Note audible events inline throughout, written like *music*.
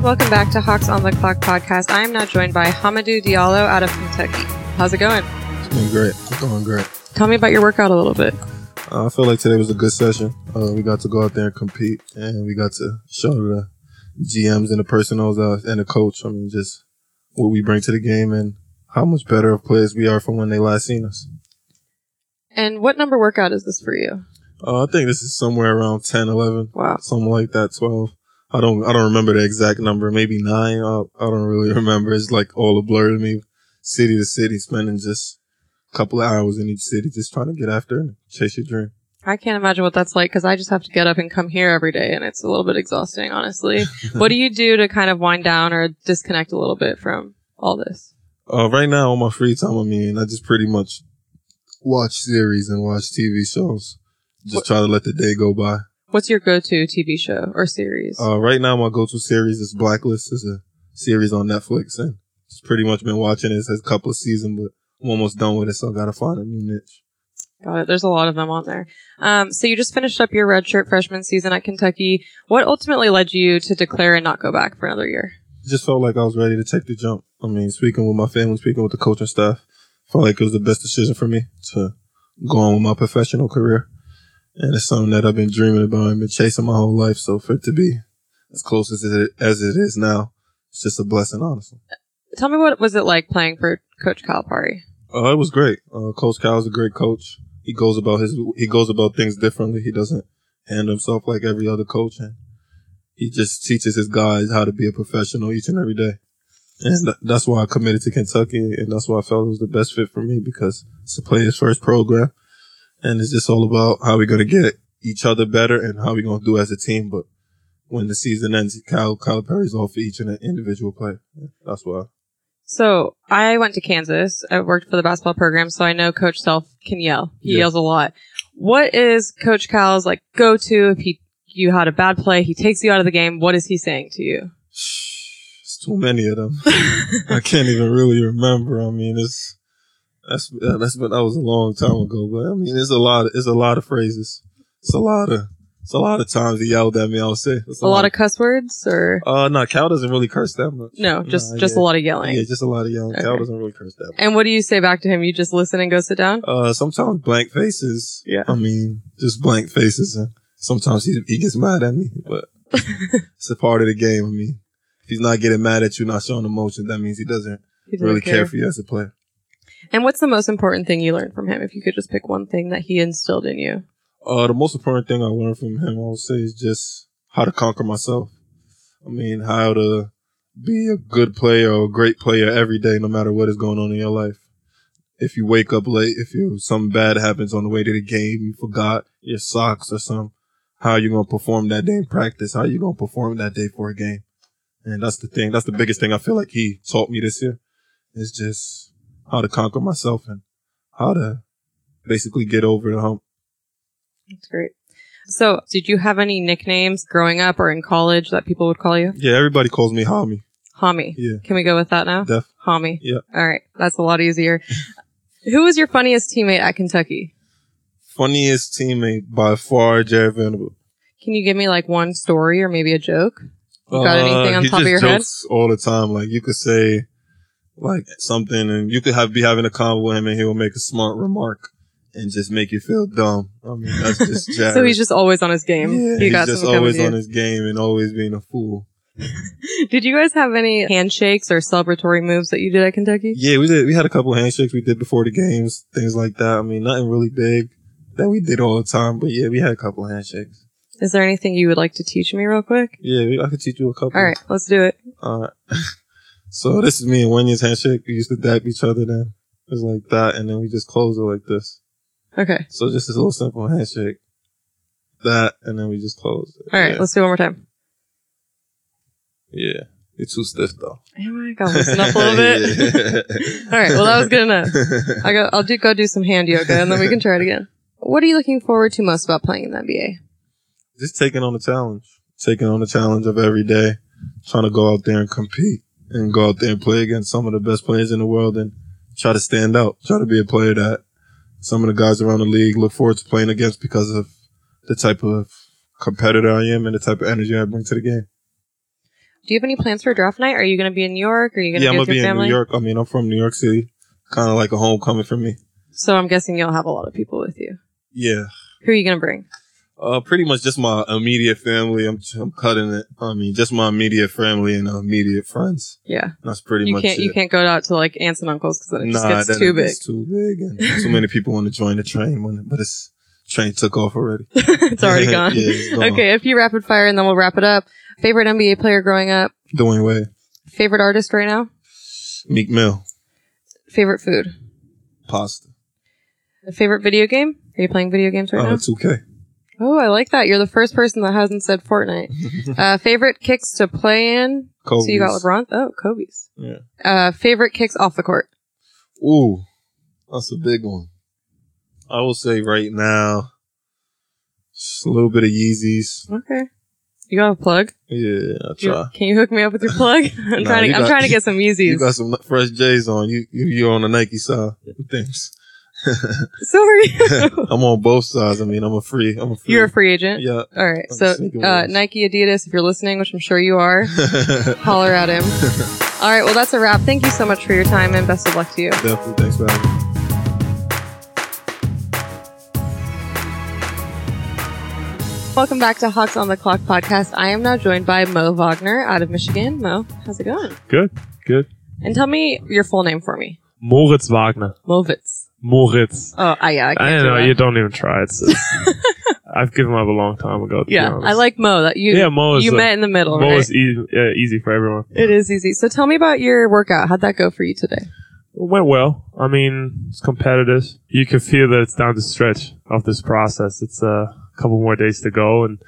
Welcome back to Hawks on the Clock podcast. I am now joined by Hamadou Diallo out of Kentucky. How's it going? It's been great. It's going great. Tell me about your workout a little bit. Uh, I feel like today was a good session. Uh, we got to go out there and compete, and we got to show the GMs and the personals uh, and the coach. I mean, just what we bring to the game and how much better of players we are from when they last seen us. And what number workout is this for you? Uh, I think this is somewhere around 10, 11, Wow. something like that, 12. I don't, I don't remember the exact number. Maybe nine. Uh, I don't really *laughs* remember. It's like all a blur to me. City to city, spending just a couple of hours in each city, just trying to get after it, chase your dream. I can't imagine what that's like because I just have to get up and come here every day, and it's a little bit exhausting, honestly. *laughs* what do you do to kind of wind down or disconnect a little bit from all this? Uh, right now, on my free time, I mean, I just pretty much watch series and watch TV shows. Just What- try to let the day go by. What's your go-to TV show or series? Uh, right now, my go-to series is Blacklist. It's a series on Netflix, and just pretty much been watching it. It's a couple of seasons, but I'm almost done with it, so I gotta find a new niche. Got it. There's a lot of them on there. Um, so you just finished up your redshirt freshman season at Kentucky. What ultimately led you to declare and not go back for another year? Just felt like I was ready to take the jump. I mean, speaking with my family, speaking with the coaching staff, felt like it was the best decision for me to go on with my professional career. And it's something that I've been dreaming about and been chasing my whole life. So for it to be as close as it, as it is now, it's just a blessing, honestly. Tell me what was it like playing for Coach Calipari? Uh, it was great. Uh, coach Kyle's a great coach. He goes about his he goes about things differently. He doesn't handle himself like every other coach, and he just teaches his guys how to be a professional each and every day. And th- that's why I committed to Kentucky, and that's why I felt it was the best fit for me because it's a player's first program, and it's just all about how we're gonna get each other better and how we're gonna do as a team. But when the season ends, Kyle Calipari's all for each and an individual player. That's why. So I went to Kansas. I worked for the basketball program, so I know Coach Self can yell. He Yeah. yells a lot. What is Coach Cal's like go to if he you had a bad play? He takes you out of the game. What is he saying to you? It's too many of them. I can't even really remember. I mean, it's that's that's but that was a long time ago. But I mean, it's a lot. It's a lot of phrases. It's a lot of it's a lot of times he yelled at me. I'll say it's a lot of cuss words or Uh, no, Cal doesn't really curse that much. no? Just Nah, just yeah. a lot of yelling. Yeah, just a lot of yelling. Cal Okay. doesn't really curse that. much. And what do you say back to him? You just listen and go sit down. Uh, sometimes blank faces. Yeah. I mean, just blank faces, and sometimes he he gets mad at me, *laughs* but it's a part of the game. I mean, if he's not getting mad at you, not showing emotion, that means he doesn't He doesn't really care for you as a player. And what's the most important thing you learned from him? If you could just pick one thing that he instilled in you. Uh, the most important thing I learned from him, I would say, is just how to conquer myself. I mean, how to be a good player or a great player every day, no matter what is going on in your life. If you wake up late, if you something bad happens on the way to the game, you forgot your socks or something, how you gonna perform that day in practice? How you gonna perform that day for a game? And that's the thing. That's the biggest thing I feel like he taught me this year is just how to conquer myself and how to basically get over the hump. That's great. So, did you have any nicknames growing up or in college that people would call you? Yeah, everybody calls me homie. Homie. Yeah, Can we go with that now? def. Homie. Yeah. All right. That's a lot *laughs* easier. Who was your funniest teammate at Kentucky? Funniest teammate by far, Jared Vanderbilt. Can you give me like one story or maybe a joke? got anything on Uh, he top of just your head? jokes all the time. Like you could say, like something, and you could have be having a convo with him, and he will make a smart remark and just make you feel dumb. I mean, *laughs* that's just Jared. So he's just always on his game. Yeah, you got he's just something coming always to you. on his game and always being a fool. Did you guys have any handshakes or celebratory moves that you did at Kentucky? Yeah, we did. We had a couple handshakes we did before the games, things like that. I mean, nothing really big that we did all the time, but yeah, we had a couple handshakes. Is there anything you would like to teach me real quick? Yeah, we, I could teach you a couple. All right, let's do it. Alright. *laughs* so this is me and Wenya's handshake. We used to dap each other then. It was like that, and then we just close it like this. Okay. So just this little simple handshake. That, and then we just close it. All right, Yeah. let's do it one more time. yeah. You're too stiff though. *laughs* Am I gotta *laughs* loosen up a little bit? All right, well that was good enough. I go, I'll do go do some hand yoga, and then we can try it again. What are you looking forward to most about playing in the NBA? just taking on the challenge. Taking on the challenge of every day. Trying to go out there and compete and go out there and play against some of the best players in the world and try to stand out. Try to be a player that some of the guys around the league look forward to playing against because of the type of competitor I am and the type of energy I bring to the game. Do you have any plans for draft night? Are you going to be in New York? Are you going to yeah, I'm be gonna with be your in family? New York. I mean, I'm from New York City. Kind of like a homecoming for me. So I'm guessing you'll have a lot of people with you. Yeah. Who are you going to bring? Uh, pretty much just my immediate family. I'm, I'm cutting it. I mean, just my immediate family and immediate friends. Yeah, That's pretty you much can't it. you can't go out to like aunts and uncles because then it just Nah, gets then too it big. gets *laughs* too big, and too many people want to join the train. When it, but it's train took off already. *laughs* it's already gone. yeah, it's gone. Okay, a few rapid fire and then we'll wrap it up. Favorite NBA player growing up? Dwayne Wade, Favorite artist right now? Meek Mill, Favorite food? pasta, Favorite video game? Are you playing video games right uh, now? 2K. *laughs* Oh, I like that. You're the first person that hasn't said *laughs* Fortnite. uh, favorite kicks to play in? So you got Kobe's. LeBron? Oh, Kobe's. Yeah. Uh, favorite kicks off the court? Ooh, that's a big one. I will say right now, just a little bit of Yeezys. Okay. You got a plug? Yeah, I You- try. can you hook me up with *laughs* your plug? I'm Nah, trying. you To, I'm got- trying to get *laughs* some You Yeezys. *laughs* got some fresh J's on. You you you're on the Nike side. Thanks. so are *laughs* you? I'm on both sides. I mean, I'm a free. I'm a free. You're a free agent. yeah. *laughs* All right. I'm So sneaking uh, ones. Nike, Adidas, if you're listening, which I'm sure you *laughs* are, Definitely. holler at *laughs* him. All right. Well, that's a wrap. Thank you so much for your time and best of luck to you. Thanks for having me. Welcome back to Hawks on the Clock podcast. I am now joined by Mo Wagner out of Michigan. Mo, how's it going? Good, good. And tell me your full name for me. Moritz Wagner. Movitz. Moritz. Oh, I, yeah. I, can't I don't do know. that. You don't even try. *laughs* It's, it's- I've given up a long time ago. to be yeah. honest. I like Mo. That you. Yeah, Mo is you a- met in the middle, Mo right? is ea- uh, easy for everyone. it is easy. So tell me about your workout. How'd that go for you today? It went well. I mean, it's competitive. You can feel that it's down the stretch of this process. It's uh, a couple more days to go, and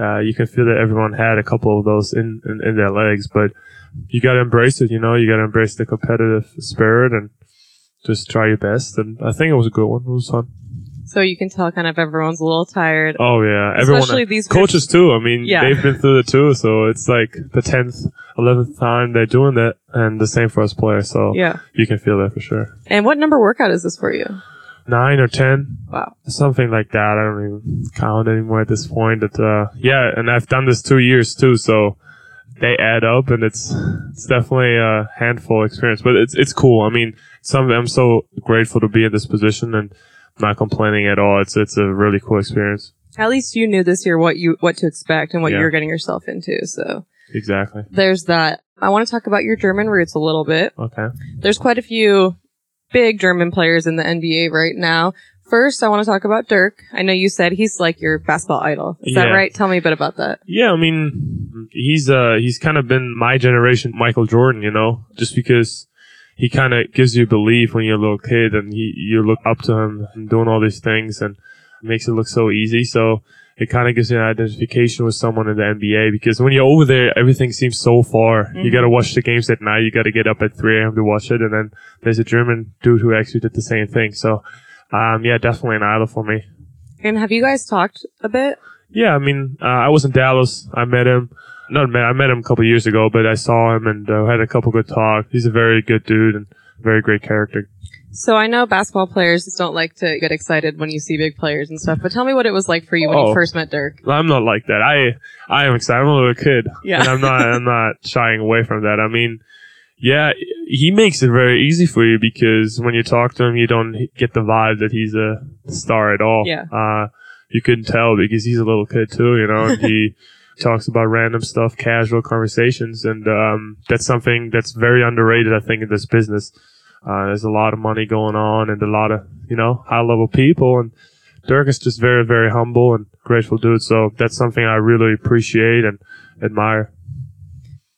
uh, you can feel that everyone had a couple of those in, in, in their legs. But you got to embrace it, you know? You got to embrace the competitive spirit and just try your best. And I think it was a good one. It was fun. So you can tell kind of everyone's a little tired. Oh, yeah. Everyone. Especially these coaches too. I mean, Yeah. they've been through it too, so it's like the tenth, eleventh time they're doing that, and the same for us players. So Yeah. you can feel that for sure. And what number workout is this for you? Nine or ten, Wow. something like that. I don't even count anymore at this point. But uh, yeah, and I've done this two years too, so they add up, and it's it's definitely a handful experience. But it's it's cool. I mean, some I'm so grateful to be in this position and. Not complaining at all. It's it's a really cool experience. At least you knew this year what you what to expect and what Yeah. you were getting yourself into. So Exactly. there's that. I want to talk about your German roots a little bit. Okay. There's quite a few big German players in the NBA right now. First, I want to talk about Dirk. I know you said he's like your basketball idol. Is that Yeah. right? Tell me a bit about that. Yeah, I mean, he's uh he's kind of been my generation Michael Jordan, you know, just because he kind of gives you belief when you're a little kid and he, you look up to him and doing all these things and makes it look so easy. So it kind of gives you an identification with someone in the NBA because when you're over there, everything seems so far. You Mhm. got to watch the games at night. You got to get up at 3 a.m. to watch it. And then there's a German dude who actually did the same thing. So, um, yeah, definitely an idol for me. And have you guys talked a bit? Yeah, I mean, uh, I was in Dallas. I met him. Not met. I met him a couple years ago, but I saw him and uh, had a couple good talk. He's a very good dude and very great character. So I know basketball players just don't like to get excited when you see big players and stuff, but tell me what it was like for you when you Oh. first met Dirk. I'm not like that. I I am excited. I'm a little kid, and Yeah. I'm not I'm not shying away from that. I mean, yeah, he makes it very easy for you because when you talk to him, you don't get the vibe that he's a star at all. Yeah. uh, you couldn't tell because he's a little kid too, you know, and he talks about random stuff, casual conversations, and um, that's something that's very underrated, I think, in this business. Uh, there's a lot of money going on and a lot of, you know, high level people. And Dirk is just very, very humble and grateful dude. So that's something I really appreciate and admire.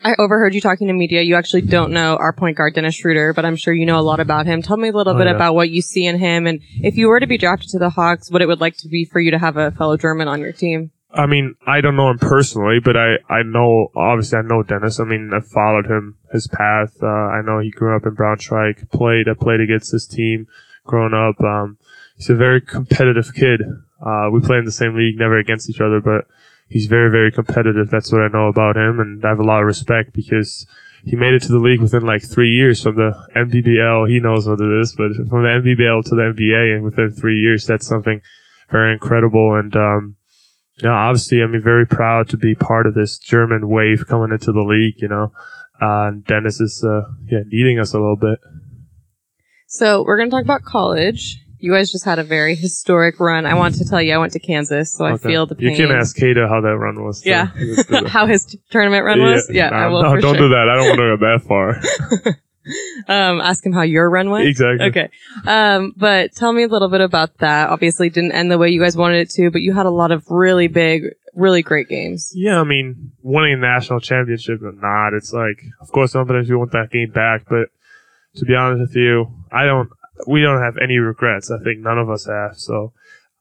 I overheard you talking to media. You actually don't know our point guard, Dennis Schroeder, but I'm sure you know a lot about him. Tell me a little Oh, bit yeah. about what you see in him and if you were to be drafted to the Hawks, what it would like to be for you to have a fellow German on your team. I mean, I don't know him personally, but I, I know, obviously, I know Dennis. I mean, I followed him, his path. Uh, I know he grew up in Braunschweig, played, I played against his team growing up. Um, he's a very competitive kid. Uh, we play in the same league, never against each other, but he's very, very competitive. That's what I know about him. And I have a lot of respect because he made it to the league within like three years from the MBBL. He knows what it is, but from the MBBL to the NBA and within three years, that's something very incredible. And, um, you know, obviously, I mean, very proud to be part of this German wave coming into the league. You know, uh, Dennis is uh, yeah needing us a little bit. So we're going to talk about college. You guys just had a very historic run. I want to tell you, I went to Kansas, so I Okay. feel the pain. You can ask Kato how that run was. too. Yeah. Let's do *laughs* that. how his tournament *laughs* run was. Yeah, no, I will Uh, no, for don't sure. do that. I don't want to *laughs* go that far. Um, ask him how your run went. exactly. Okay. Um, but tell me a little bit about that. Obviously, it didn't end the way you guys wanted it to, but you had a lot of really big, really great games. Yeah, I mean, winning a national championship or not, it's like, of course, sometimes you want that game back, but to be honest with you, I don't, we don't have any regrets. I think none of us have. So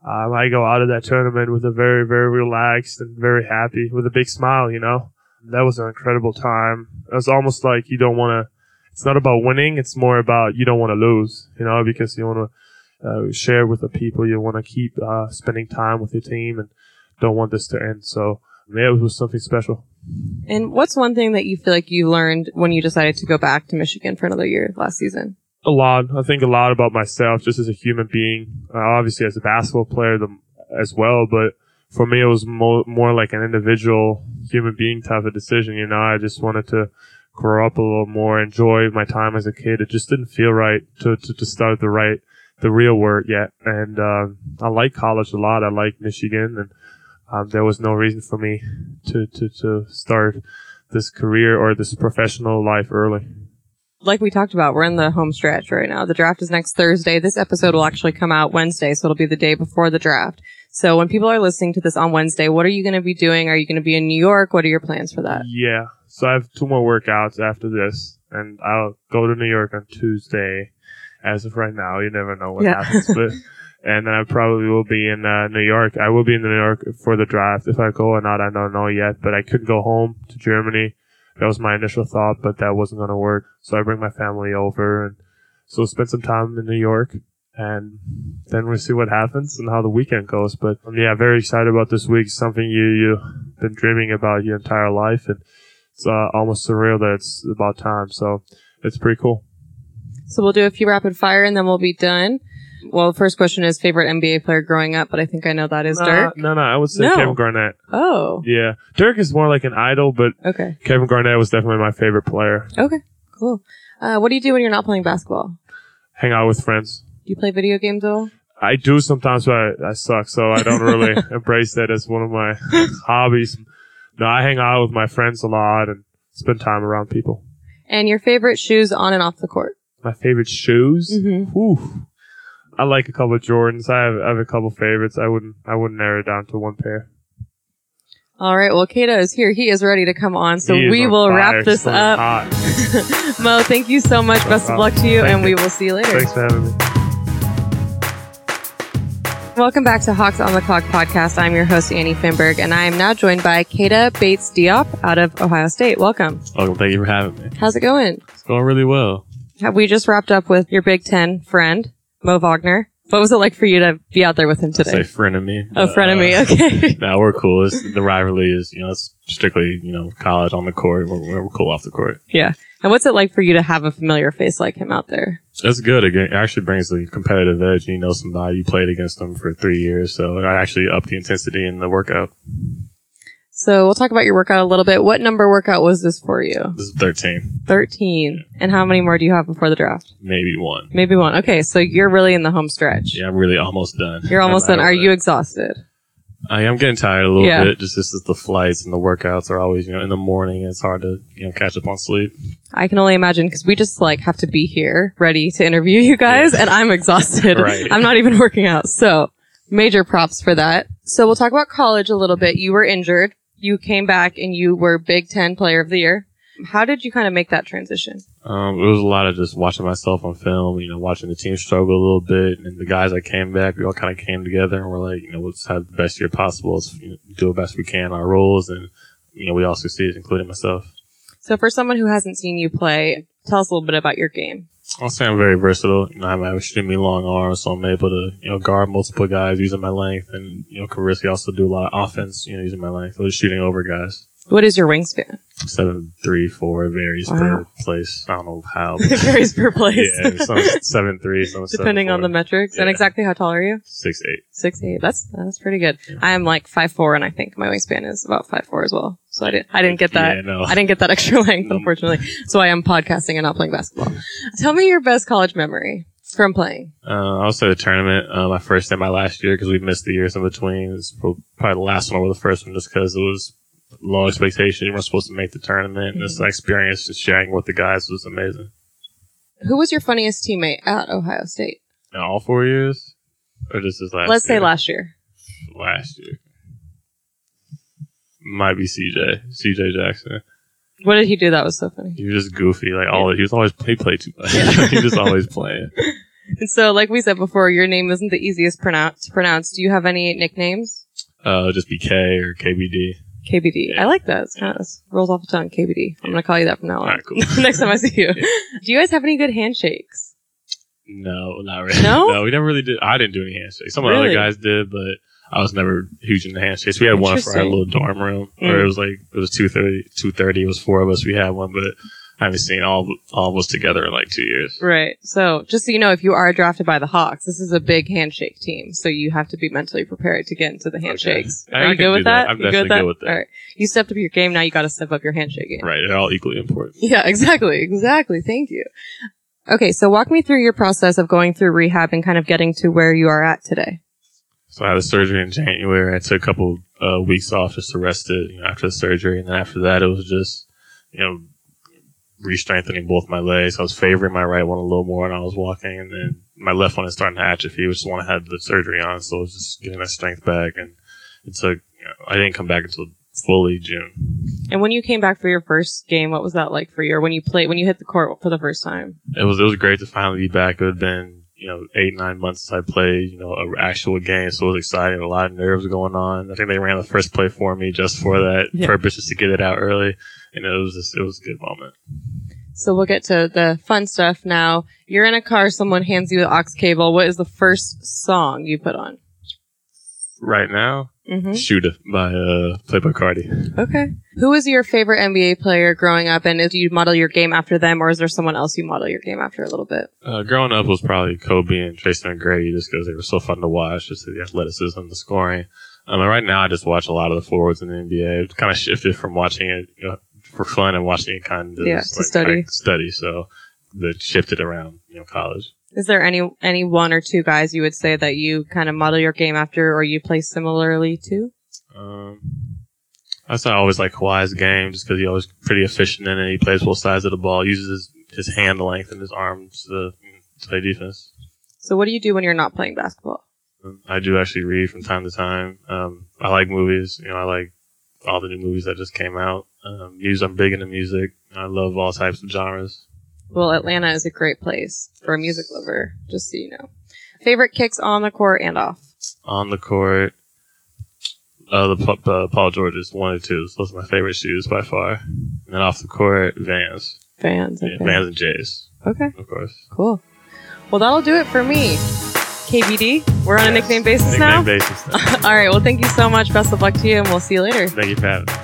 um, I go out of that tournament with a very, very relaxed and very happy with a big smile, you know? That was an incredible time. It was almost like you don't want to, it's not about winning, it's more about you don't want to lose, you know, because you want to uh, share with the people, you want to keep uh, spending time with your team and don't want this to end. So, yeah, it was something special. And what's one thing that you feel like you learned when you decided to go back to Michigan for another year last season? A lot. I think a lot about myself, just as a human being. Uh, obviously, as a basketball player, the, as well. But for me, it was mo- more like an individual human being type of decision. You know, I just wanted to grow up a little more, enjoy my time as a kid. It just didn't feel right to to, to start the right the real work yet. And uh, I like college a lot. I like Michigan, and um, there was no reason for me to to to start this career or this professional life early. Like we talked about, we're in the home stretch right now. The draft is next Thursday. This episode will actually come out Wednesday, so it'll be the day before the draft. So when people are listening to this on Wednesday, what are you going to be doing? Are you going to be in New York? What are your plans for that? Yeah. So I have two more workouts after this, and I'll go to New York on Tuesday. As of right now, you never know what Yeah. happens, but and then I probably will be in uh, New York. I will be in New York for the draft. If I go or not, I don't know yet. But I could go home to Germany. That was my initial thought, but that wasn't going to work. So I bring my family over, and so spend some time in New York, and then we see what happens and how the weekend goes. But um, yeah, very excited about this week. Something you you been dreaming about your entire life, and it's uh, almost surreal that it's about time. So it's pretty cool. So we'll do a few rapid fire and then we'll be done. Well, the first question is favorite NBA player growing up, but I think I know that is Nah, Dirk. No, no, I would say No. Kevin Garnett. Oh, Yeah, Dirk is more like an idol, but okay. Kevin Garnett was definitely my favorite player. Okay, cool. Uh, what do you do when you're not playing basketball? Hang out with friends. Do you play video games at all? I do sometimes, but I, I suck, so I *laughs* don't really embrace that as one of my hobbies. No, I hang out with my friends a lot and spend time around people. And your favorite shoes on and off the court? My favorite shoes. Mm-hmm. Whew. I like a couple of Jordans. I have, I have a couple favorites. I wouldn't I wouldn't narrow it down to one pair. All right. Well, Kato is here. He is ready to come on. So He is we on will fire. wrap He's this so up. *laughs* hot. Mo, thank you so much. Best of luck to you, Thank and we you. will see you later. Thanks for having me. Welcome back to Hawks on the Clock podcast. I'm your host, Annie Finberg, and I am now joined by Kata Bates Diop out of Ohio State. Welcome. Oh, thank you for having me. How's it going? It's going really well. Have we just wrapped up with your Big Ten friend, Mo Wagner? What was it like for you to be out there with him Say today? frenemy. Oh, frenemy. Uh, *laughs* Okay. Now we're cool. It's, the rivalry is, you know, it's strictly, you know, college on the court. We're, we're cool off the court. and what's it like for you to have a familiar face like him out there? That's good. It g- actually brings the competitive edge. You know, somebody you played against them for three years, so I actually upped the intensity in the workout. So we'll talk about your workout a little bit. What number workout was this for you? This is thirteen, 13. And how many more do you have before the draft? maybe one. Maybe one. Okay. So you're really in the home stretch. Yeah, I'm really almost done. You're almost I'm done. out Are of you it. exhausted? I am getting tired a little Yeah. bit. Just this is the flights and the workouts are always, you know, in the morning. It's hard to, you know, catch up on sleep. I can only imagine because we just like have to be here ready to interview you guys and I'm exhausted. *laughs* Right. I'm not even working out. So major props for that. So we'll talk about college a little bit. You were injured. You came back and you were Big Ten player of the year. How did you kind of make that transition? Um, it was a lot of just watching myself on film, you know, watching the team struggle a little bit, and the guys that came back, we all kind of came together and we're like, you know, let's have the best year possible, let's you know, do the best we can in our roles, and you know, we all succeeded, including myself. So for someone who hasn't seen you play, tell us a little bit about your game. I'll say I'm very versatile. You know, I'm extremely long arms, so I'm able to you know guard multiple guys using my length, and you know, Kariski also do a lot of offense, you know, using my length, so just shooting over guys. What is your wingspan? *laughs* Seven, three, four. It varies Wow. per place. I don't know *laughs* how. it varies per place, yeah, some *laughs* seven three, some depending on the metrics. And Yeah. exactly how tall are you? six eight. Six eight. That's that's pretty good. I am like five four, and I think my wingspan is about five four as well. So I didn't I didn't get that. Yeah, Mm-hmm. no. I didn't get that *laughs* extra length, No. unfortunately. So I am podcasting and not playing basketball. Tell me your best college memory from playing. Uh, I was at a tournament. Uh, my first and my last year because we missed the years in between. It's pro- probably the last one over the first one just because it was low expectation. We weren't supposed to make the tournament. And Mm. this experience just sharing with the guys was amazing. Who was your funniest teammate at Ohio State? In all four years, or just this last? Let's say year? last year. last year. Might be CJ, CJ Jackson. What did he do that was so funny? He was just goofy, like all. He was always he played too much. Yeah. *laughs* he was *laughs* always playing. And so, like we said before, your name isn't the easiest pronounce to pronounce. Do you have any nicknames? Uh, just be K or KBD. KBD. Yeah. I like that. It's kind of rolls off the tongue. KBD. I'm gonna call you that from now on. All right, cool. *laughs* Next time I see *laughs* you. Do you guys have any good handshakes? No, not really. No? we never really did. I didn't do any handshakes. Some of the Really? other guys did, but I was never huge into handshakes. We had one for our Interesting. little dorm room, Mm. where it was like it was two thirty. Two thirty. It was four of us. We had one, but I haven't seen all all of us together in like two years. Right. So, just so you know, if you are drafted by the Hawks, this is a big handshake team. So you have to be mentally prepared to get into the handshakes. Are I- I you can good do with that. that? I'm You good definitely good with that. All right. You stepped up your game. Now you got to step up your handshake game. Right, they're all equally important. *laughs* Yeah. Exactly. Exactly. Thank you. Okay. So walk me through your process of going through rehab and kind of getting to where you are at today. So I had a surgery in January. I took a couple uh, weeks off just to rest it you know, after the surgery, and then after that, it was just you know re-strengthening both my legs. I was favoring my right one a little more, and I was walking, and then my left one is starting to atrophy, which is the one I had the surgery on. So I was just getting that strength back, and it took. You know, I didn't come back until fully June. And when you came back for your first game, what was that like for you? Or when you played, when you hit the court for the first time? It was it was great to finally be back. It had been you know eight nine months since I played you know an actual game, so it was exciting. A lot of nerves going on. I think they ran the first play for me just for that Yeah. purpose, just to get it out early, and it was just, it was a good moment. So we'll get to the fun stuff now. You're in a car. Someone hands you the aux cable. What is the first song you put on? Right now, Mm-hmm. shoot it by uh, play by Cardi. Okay. Who is your favorite NBA player growing up, and do you model your game after them, or is there someone else you model your game after a little bit? Uh, growing up was probably Kobe and Tracy McGrady just because they were so fun to watch, just the athleticism, the scoring. Um, and right now, I just watch a lot of the forwards in the NBA. It kind of shifted from watching it you know, for fun and watching it kind of Yeah, just, to study. kinda study. So that shifted around, you know, college. Is there any any one or two guys you would say that you kind of model your game after, or you play similarly to? Um, that's why I always like Kawhi's game just because he always pretty efficient in it. He plays both sides of the ball, uses his, his hand length and his arms to, to play defense. So what do you do when you're not playing basketball? I do actually read from time to time. Um, I like movies. You know, I like all the new movies that just came out. Um, music, I'm big into music. I love all types of genres. Well, Atlanta is a great place for a music lover, just so you know. Favorite kicks on the court and off. On the court, uh, the Pa- uh, Paul George's one or two. Those are my favorite shoes by far. And then off the court, Vans, Fans. yeah, Vans and Jays, Okay. of course. Cool. Well, that'll do it for me. KBD, we're on a nickname basis Nickname now. basis. now. *laughs* All right. Well, thank you so much. Best of luck to you, and we'll see you later. Thank you for having me.